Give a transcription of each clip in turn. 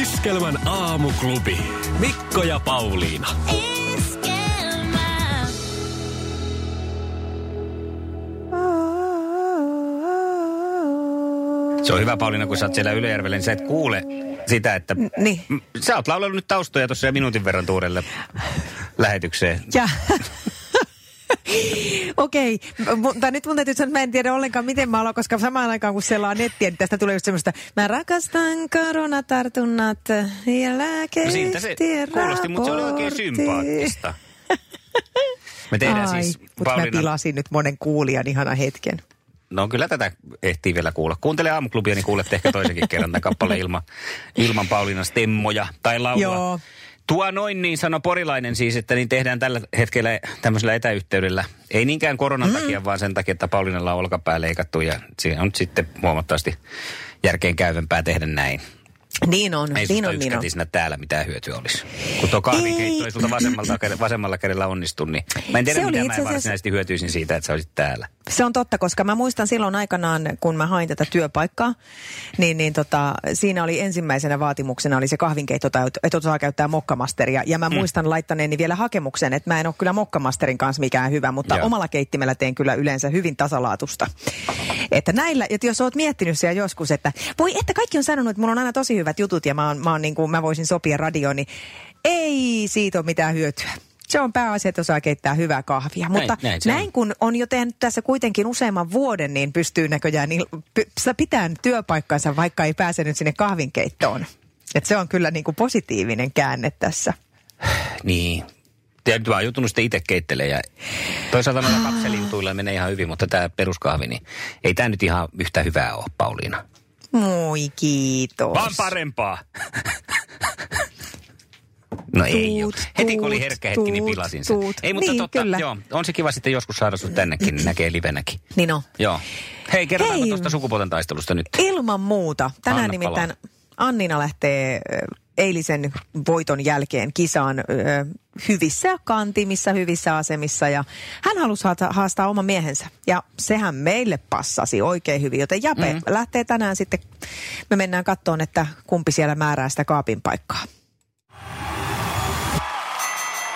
Iskelmän aamuklubi. Mikko ja Pauliina. Iskelmää. Se on hyvä, Pauliina, kun sä oot siellä Ylöjärvellä, niin sä et kuule sitä, että Niin. M- sä oot laulanut nyt taustoja tuossa jo minuutin verran tuurelle lähetykseen. Ja... Okei, M- mutta nyt mun täytyy sanoa, että mä en tiedä ollenkaan miten mä aloin, koska samaan aikaan kun sellaan nettiä, niin tästä tulee just semmoista, mä rakastan koronatartunnat ja No lääkeistien siltä se kuulosti, mutta se oli oikein raportti. sympaattista. Me tehdään Ai, siis, mutta mä Pauliina, pilasin nyt monen kuulijan ihana hetken. no kyllä tätä ehtii vielä kuulla. Kuuntele aamuklubia, niin kuulet ehkä toisenkin kerran tämän kappaleen ilman, ilman Pauliinan stemmoja tai laulua. Joo. Tuo noin, niin sanoi porilainen siis, että niin tehdään tällä hetkellä tämmöisellä etäyhteydellä. Ei niinkään koronan mm. takia, vaan sen takia, että Paulinalla on olkapää leikattu ja siinä on nyt sitten huomattavasti järkeen käyvempää tehdä näin. Niin on, Ei niin susta on, niin on. yksinkätisenä täällä mitään hyötyä olisi. Kun tuo kahvinkeitto ei sulta vasemmalla, vasemmalla kädellä onnistu, niin mä en tiedä, Se oli mitä mä itse asiassa- varsinaisesti hyötyisin siitä, että sä olisit täällä. Se on totta, koska mä muistan silloin aikanaan, kun mä hain tätä työpaikkaa, niin, niin tota, siinä oli ensimmäisenä vaatimuksena oli se kahvinkeitto, tai että- että osaa käyttää mokkamasteria. Ja Mm. mä muistan laittaneeni vielä hakemuksen, että mä en ole kyllä mokkamasterin kanssa mikään hyvä, mutta Joo. omalla keittimellä teen kyllä yleensä hyvin tasalaatusta. Että näillä, että jos oot miettinyt siellä joskus, että voi että kaikki on sanonut, että mulla on aina tosi hyvät jutut ja mä, oon, mä, oon niin kuin, mä voisin sopia radioon, niin ei siitä ole mitään hyötyä. Se on pääasia, että osaa keittää hyvää kahvia. Mutta näin näin, se on. kun on jo tehnyt tässä kuitenkin useamman vuoden, niin pystyy näköjään il- py- sä pitään työpaikkansa, vaikka ei pääse nyt sinne kahvinkeittoon. Et se on kyllä niin kuin positiivinen käänne tässä. Niin. Ja nyt mä oon joutunut sitten itse keittelemään. Ja toisaalta Ah. noilla kapselijutuilla menee ihan hyvin, mutta tämä peruskahvi, niin ei tämä nyt ihan yhtä hyvää ole, Pauliina. Moi, kiitos. Vaan parempaa. No ei Tuut, ole. Heti kun oli tuut, herkkä hetki, niin tuut, pilasin sen. tuut. Ei, mutta Niin, totta, kyllä. joo. On se kiva sitten joskus saada sut tännekin, niin näkee livenäkin. Niin on. Joo. Hei, kerrotaanpa Hei. tuosta sukupuolten taistelusta nyt. Ilman muuta. Tänään Anna Anna nimittäin Annina lähtee ö, eilisen voiton jälkeen kisaan ö, hyvissä kantimissa, hyvissä asemissa ja hän halusi haata- haastaa oman miehensä ja sehän meille passasi oikein hyvin, joten Jape mm. Mm-hmm. lähtee tänään sitten, me mennään kattoon, että kumpi siellä määrää sitä kaapin paikkaa.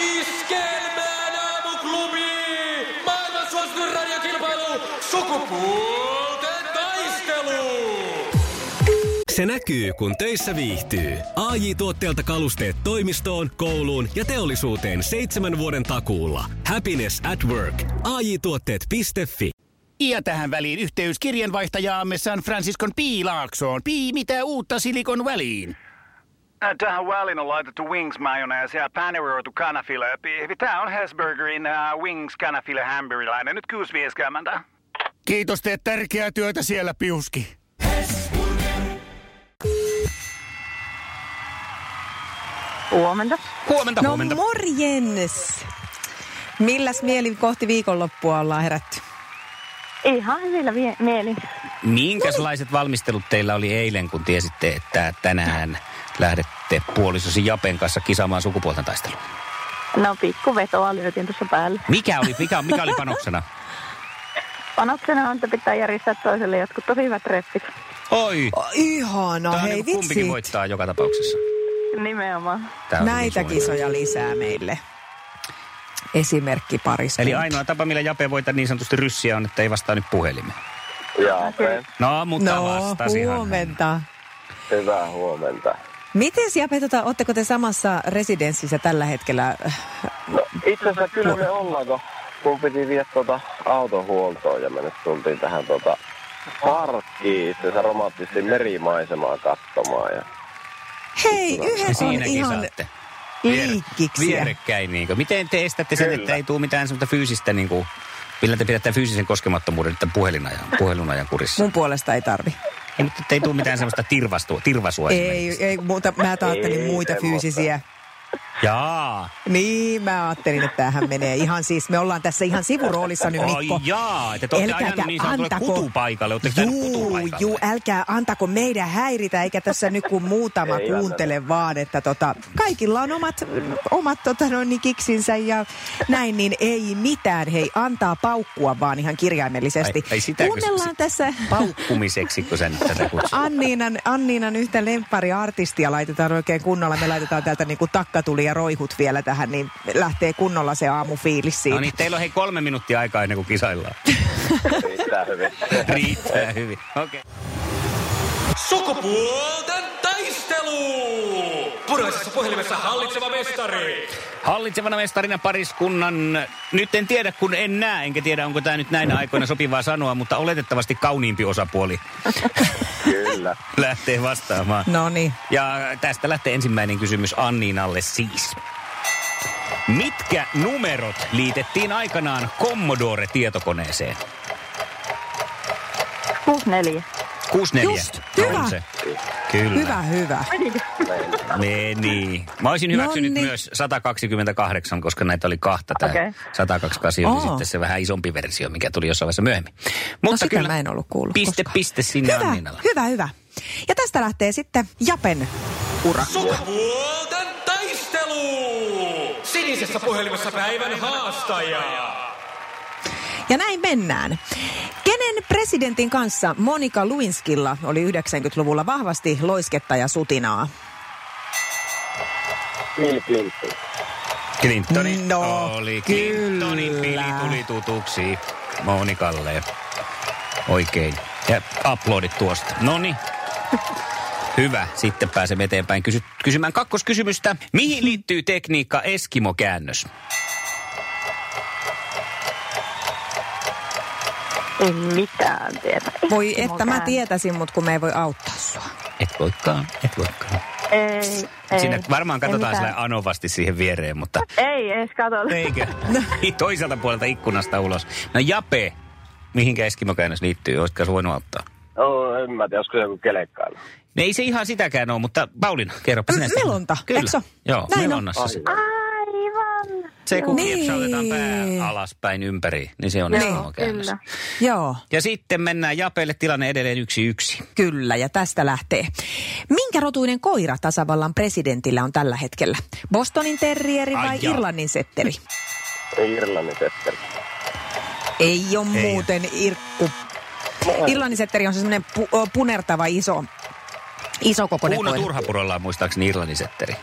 Iskelmään aamuklubi! Maailman suosituin radiokilpailu! Sukupuolten taistelu! Se näkyy, kun töissä viihtyy. AJ Tuotteelta kalusteet toimistoon, kouluun ja teollisuuteen seitsemän vuoden takuulla. Happiness at work. AJ Tuotteet.fi Ja tähän väliin yhteys kirjanvaihtajaamme San Franciscon P. Laaksoon. Pii, mitä uutta Silikon väliin? Ä, Äh, Tähän väliin on laitettu wings mayonnaise ja paneroitu kanafila. Tämä on Hesburgerin uh, wings kanafila hamburilainen. Nyt 6.50. Kiitos, teet tärkeää työtä siellä, Piuski. Huomenta. Huomenta, No huomenta. morjens! Milläs mieli kohti viikonloppua ollaan herätty? Ihan hyvillä vie- mielin. Minkäslaiset valmistelut teillä oli eilen, kun tiesitte, että tänään lähdette puolisosi Japen kanssa kisaamaan sukupuolten taisteluun? No pikku vetoa lyötiin tuossa päälle. Mikä oli, mikä, mikä oli panoksena? Panoksena on, että pitää järjestää toiselle jotkut tosi hyvät treffit. Oi, O, Ihana, tämä No on hei niin kuin kumpikin vitsi. voittaa joka tapauksessa. Nimenomaan. Tää on niinku Näitä hyvin suuri. kisoja lisää meille. Esimerkki pariskunta. Eli ainoa tapa, millä Jape voittaa niin sanotusti ryssiä on, että ei vastaa nyt puhelimeen. Okei. No, mutta No, vastasihan. huomenta. Hyvää huomenta. Miten Jape, tota, ootteko te samassa residenssissä tällä hetkellä? No, itse asiassa kyllä me ollaan, kun mun piti viedä tuota autohuoltoon ja me nyt tultiin tähän tuota parkkiin itse asiassa romanttisesti merimaisemaa katsomaan. Ja Hei, yhdessä on Siinäkin ihan saatte. Vier- liikkiksiä. vierekkäin. Niin Miten te estätte sen, Kyllä. että ei tule mitään semmoista fyysistä, niin kuin, millä te pidätte fyysisen koskemattomuuden tämän puhelinajan, puhelun ajan kurissa? Mun puolesta ei tarvi. Ei nyt ei tule mitään semmoista tirvastua, tirvasua Ei, esimerkiksi. ei, mutta mä ajattelin Niin, Ei muita semmoista. fyysisiä. Jaa. Niin, mä ajattelin, että tämähän menee ihan siis, me ollaan tässä ihan sivuroolissa nyt, Ai Mikko. jaa, että te olette ajanut niin sanotulle kutupaikalle. Oletteko te ajanut juu, kutupaikalle? juu, älkää antako meidän häiritä, eikä tässä nyt kun muutama Ei kuuntele vaan, että tota, kaikilla on omat, omat tota, no, niin kiksinsä ja näin, niin ei mitään, hei, antaa paukkua vaan ihan kirjaimellisesti. Ai- ai sitäkö se- Kuunnellaan tässä... Paukkumiseksi, kun sen tätä kutsut. Anniinan, Anniinan yhtä lemppariartistia laitetaan oikein kunnolla. Me laitetaan täältä niinku takkatuli ja roihut vielä tähän, niin lähtee kunnolla se aamufiilis siitä. No niin, teillä on hei kolme minuuttia aikaa ennen kuin kisaillaan. Riittää hyvin. Riittää hyvin. Okei. Okay. Sukupuolten taistelu! Puraisessa puhelimessa hallitseva mestari. Hallitsevana mestarina pariskunnan, nyt en tiedä kun en näe, enkä tiedä onko tämä nyt näinä aikoina sopivaa sanoa, mutta oletettavasti kauniimpi osapuoli Kyllä. lähtee vastaamaan. No niin. Ja tästä lähtee ensimmäinen kysymys Anniinalle siis. Mitkä numerot liitettiin aikanaan Commodore-tietokoneeseen? Kuusi neljä. 64. Just, on hyvä. Se. Kyllä. Hyvä, hyvä. Meni. Mä olisin hyväksynyt Nonni. myös 128, koska näitä oli kahta. Tämä okay. Okei. 128 oli Oo. sitten se vähän isompi versio, mikä tuli jossain vaiheessa myöhemmin. Mutta No sitä mä en ollut kuullut Piste, koskaan. piste sinne Hyvä, Anninalla. hyvä, hyvä. Ja tästä lähtee sitten Japen ura. Sukupuolten taistelu! Sinisessä puhelimessa päivän haastaja. Ja näin mennään. Kenen presidentin kanssa Monika Luinskilla oli 90-luvulla vahvasti loisketta ja sutinaa? Bill Clinton. Clintoni No, oli. kyllä. Clintonin pili tuli tutuksi Monikalle. Oikein. Ja uploadit tuosta. No niin. Hyvä. Sitten pääsemme eteenpäin kysy- kysymään kakkoskysymystä. Mihin liittyy tekniikka Eskimo-käännös? Ei mitään tiedä. Ei Voi mun että mä kään- tietäisin, mutta kun me ei voi auttaa sua. Et voikaan, et voikaan. Ei, ei. Siinä varmaan Ei katsotaan mitään. sillä anovasti siihen viereen, mutta Ei edes katsota. eikö? No. Niin, Toiselta puolelta ikkunasta ulos. No Jape, mihinkä eskimokäännös liittyy? Olisitko sä voinut auttaa? No, en mä tiedä, olisiko se joku kelekkaan. No Ei se ihan sitäkään ole, mutta Pauliina, kerropa sinä. M- sitten. melonta, Kyllä. eikö se ole? Joo, Näin on. melonnassa se. Aivan. Se kun Niin. kiepsautetaan pää alaspäin ympäri, niin se on Niin. eskimokäännös. Kyllä. Joo. Ja sitten mennään Japeelle tilanne edelleen yksi yksi. Kyllä, ja tästä lähtee. Minkä rotuinen koira tasavallan presidentillä on tällä hetkellä? Bostonin terrieri Ai vai jaa. Irlannin setteri? Irlannin setteri. Ei ole muuten irkku. Irlannin setteri on se semmoinen pu- ö, punertava iso, iso kokoinen Kuuno koira. Turhapurolla on muistaakseni Irlannin setteri.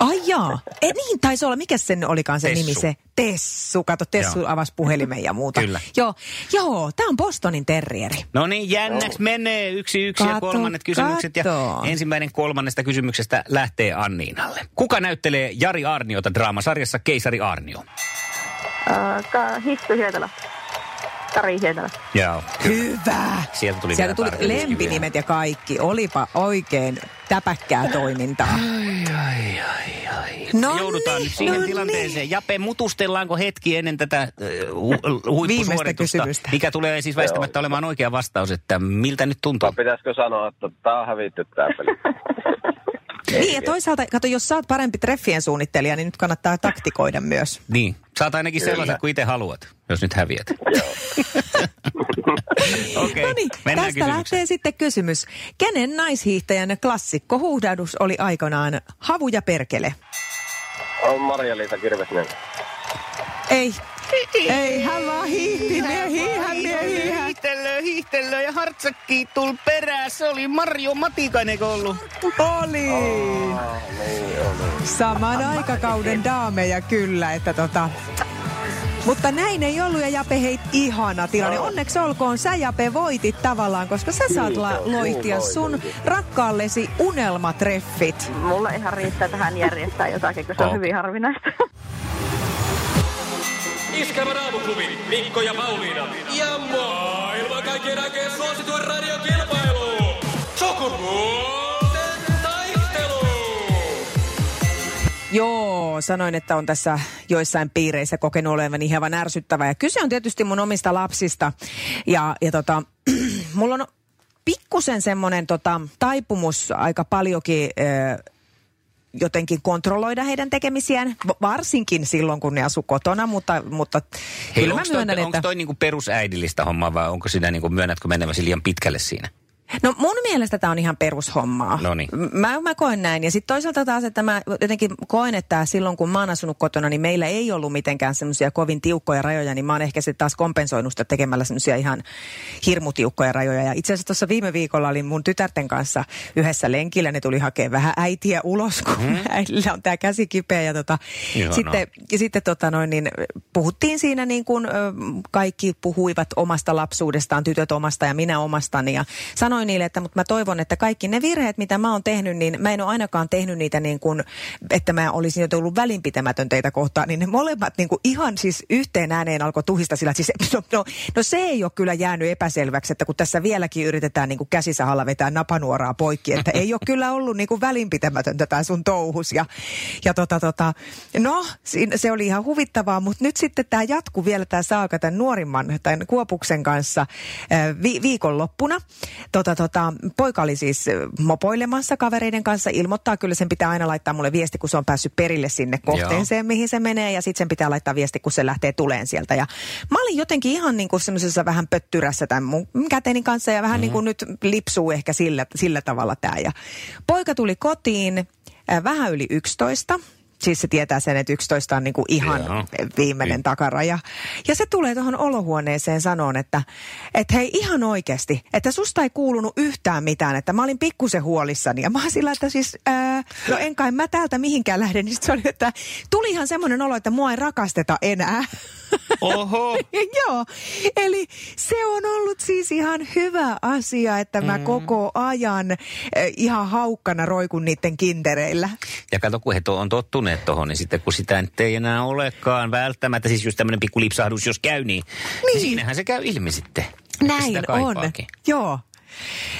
Ai jaa. E, niin taisi olla. Mikä sen olikaan se Tessu. nimi se? Tessu. Kato, Tessu Joo. avasi puhelimen ja muuta. Kyllä. Joo, Joo tämä on Bostonin terrieri. No niin, jännäksi menee. Yksi, yksi ja Kato, kolmannet kysymykset. kato. Ja ensimmäinen kolmannesta kysymyksestä lähtee Anniinalle. Kuka näyttelee Jari Arniota draamasarjassa Keisari Arnio? Äh, ka- Hissu Hietalä. Kari Hietalä. Joo. Hyvä. Sieltä tuli Sieltä vielä tuli tarkennuskin lempinimet ja kaikki. Olipa oikein täpäkkää toimintaa. No Joudutaan niin, nyt siihen no tilanteeseen. Jape, mutustellaanko hetki ennen tätä uh, Viimeistä huippusuoritusta, kysymystä. mikä tulee siis väistämättä olemaan oikea vastaus, että miltä nyt tuntuu? Vai No, pitäisikö sanoa, että tää on hävitty tää peli? Niin ja toisaalta, kato, jos sä oot parempi treffien suunnittelija, niin nyt kannattaa taktikoida myös. Niin, saat ainakin sellaisen kuin itse haluat, jos nyt häviät. Okei, no niin, mennään tästä kysymykseen. lähtee sitten kysymys. Kenen naishiihtäjän klassikko huuhdadus oli aikanaan Havu ja perkele? On Maria-Liisa Kirvesnen. Ei, ei, hän vaan hiihti, mie hiihän, mie hiihän. Hiihtelö, hiihtelö ja hartsakki tul perää. Se oli Marjo Matikainen, eikö ollut? Oli! Saman aikakauden daameja kyllä, että tota... Mutta näin ei ollut ja Jape hei ihana tilanne. Onneksi olkoon sä Jape voitit tavallaan, koska sä saat la- loihtia sun rakkaallesi unelmatreffit. Mulla ihan riittää tähän järjestää jotakin, kun se on Okei. hyvin harvinaista. Iskävä raamuklubi, Mikko ja Pauliina. Ja maailman kaikkien aikeen suosituen radiokilpailu. Sukupuolten taistelu! Joo, sanoin, että on tässä joissain piireissä kokenut olevani hieman ärsyttävää. Ja kyse on tietysti mun omista lapsista. Ja, ja tota, mulla on pikkusen semmoinen tota, taipumus aika paljonkin ö, jotenkin kontrolloida heidän tekemisiään, va- varsinkin silloin, kun ne asuu kotona, mutta, mutta Hei, kyllä mä onko toi, myönnän, onko että... toi niinku perusäidillistä hommaa vai onko sinä niinku, myönnätkö meneväsi liian pitkälle siinä? No mun mielestä tämä on ihan perushommaa. No niin. M- Mä, mä koen näin. Ja sitten toisaalta taas, että mä jotenkin koen, että silloin kun mä oon asunut kotona, niin meillä ei ollut mitenkään semmoisia kovin tiukkoja rajoja, niin mä oon ehkä sitten taas kompensoinut sitä tekemällä semmoisia ihan hirmutiukkoja rajoja. Ja itse asiassa tuossa viime viikolla olin mun tytärten kanssa yhdessä lenkillä, ne tuli hakemaan vähän äitiä ulos, kun mm. äidillä on tämä käsi kipeä. Ja tota, Ihanaa. sitten ja sitten tota noin, niin puhuttiin siinä niin kuin ö, kaikki puhuivat omasta lapsuudestaan, tytöt omasta ja minä omastani. Ja sanoin niille, että mutta mä toivon, että kaikki ne virheet, mitä mä oon tehnyt, niin mä en ole ainakaan tehnyt niitä niin kuin, että mä olisin jotenkin ollut välinpitämätön teitä kohtaan. Niin ne molemmat niin kuin ihan siis yhteen ääneen alkoi tuhista sillä, että siis, no, no, no se ei ole kyllä jäänyt epäselväksi, että kun tässä vieläkin yritetään niin kuin käsisahalla vetää napanuoraa poikki, että ei ole kyllä ollut niin kuin välinpitämätöntä tämä sun touhus. Ja, ja tota, tota, no, siinä- se oli ihan huvittavaa, mutta nyt sitten tämä jatku vielä tämä saaka tämän nuorimman, tämän Kuopuksen kanssa ö, vi- viikonloppuna. Tota, tota, poika oli siis ö, mopoilemassa kavereiden kanssa, ilmoittaa kyllä, sen pitää aina laittaa mulle viesti, kun se on päässyt perille sinne kohteeseen, mihin se menee, ja sitten sen pitää laittaa viesti, kun se lähtee tuleen sieltä. Ja mä olin jotenkin ihan niin kuin semmoisessa vähän pöttyrässä tämän mun käteni kanssa, ja vähän mm. niin kuin nyt lipsuu ehkä sillä, sillä tavalla tämä. Ja poika tuli kotiin ö, vähän yli 11, Siis se tietää sen, että 11 on niin kuin ihan Joo. viimeinen Niin. takaraja. Ja se tulee tuohon olohuoneeseen sanoon, että, että hei ihan oikeasti, että susta ei kuulunut yhtään mitään, että mä olin pikkusen huolissani. Ja mä oon sillä, että siis, ää, no en kai mä täältä mihinkään lähde, niin sit se oli, että tuli ihan semmoinen olo, että mua ei rakasteta enää. Oho! Joo, eli se on ollut siis ihan hyvä asia, että mä mm. koko ajan äh, ihan haukkana roikun niiden kintereillä. Ja kato, kun he to, on tottuneet tuohon, niin sitten kun sitä nyt ei enää olekaan välttämättä, siis just tämmöinen pikku lipsahdus, jos käy, niin, niin. siinähän se käy ilmi sitten. että sitä Näin on. kaipaakin. Joo.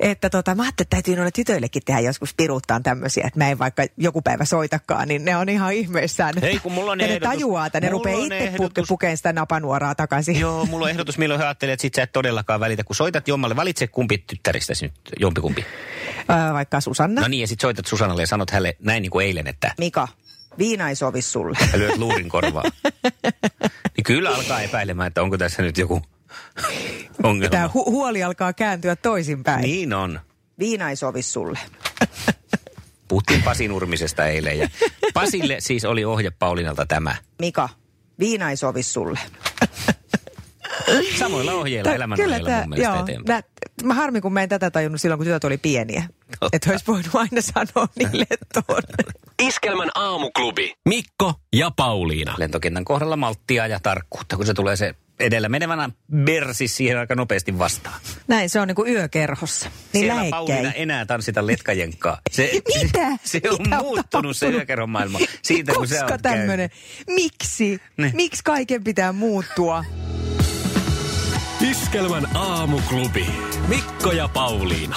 Että tota, mä ajattelin, että täytyy noille tytöillekin tehdä joskus piruuttaan tämmöisiä, että mä en vaikka joku päivä soitakaan, niin ne on ihan ihmeissään. Hei, kun mulla on ja ne ehdotus. tajuaa, että ne Mulla rupeaa on itse puke- ehdotus. pukeen sitä napanuoraa takaisin. Joo, mulla on ehdotus, milloin he ajattelee, että sit sä et todellakaan välitä, kun soitat jommalle. Valitse kumpi tyttäristäsi nyt, jompikumpi. Ö, vaikka Susanna. No, no niin, ja sit soitat Susannalle ja sanot hänelle näin niin kuin eilen, että Mika, viina ei sovi sulle. ja lyöt luurin korvaa. niin kyllä alkaa epäilemään, että onko tässä nyt joku ongelma. Tämä hu- huoli alkaa kääntyä toisinpäin. Niin on. Viina ei sovi sulle. Puhuttiin Pasi Nurmisesta eilen. Ja Pasille siis oli ohje Paulinalta tämä. Mika, viina ei sovi sulle. Samoilla ohjeilla, Tää- elämän kyllä ohjeilla tää- mun mielestä joo, eteenpäin. nää- Mä harmi, kun mä en tätä tajunnut silloin, kun tytöt oli pieniä. Että olisi voinut aina sanoa Niin. niille tuonne. Iskelmän aamuklubi. Mikko ja Pauliina. Lentokentän kohdalla malttia ja tarkkuutta, kun se tulee se edellä menevänä versi siihen aika nopeasti vastaan. Näin, se on niinku yökerhossa. Niin Siellä Pauliina lähekkäin. Niin enää tanssita letkajenkkaa. Se, Mitä? Se, on Mitä on muuttunut se tapahtunut? yökerhon maailma siitä, kun sä Koska oot tämmönen? käynyt. Miksi? Niin. Miksi kaiken pitää muuttua? Iskelmän aamuklubi. Mikko ja Pauliina.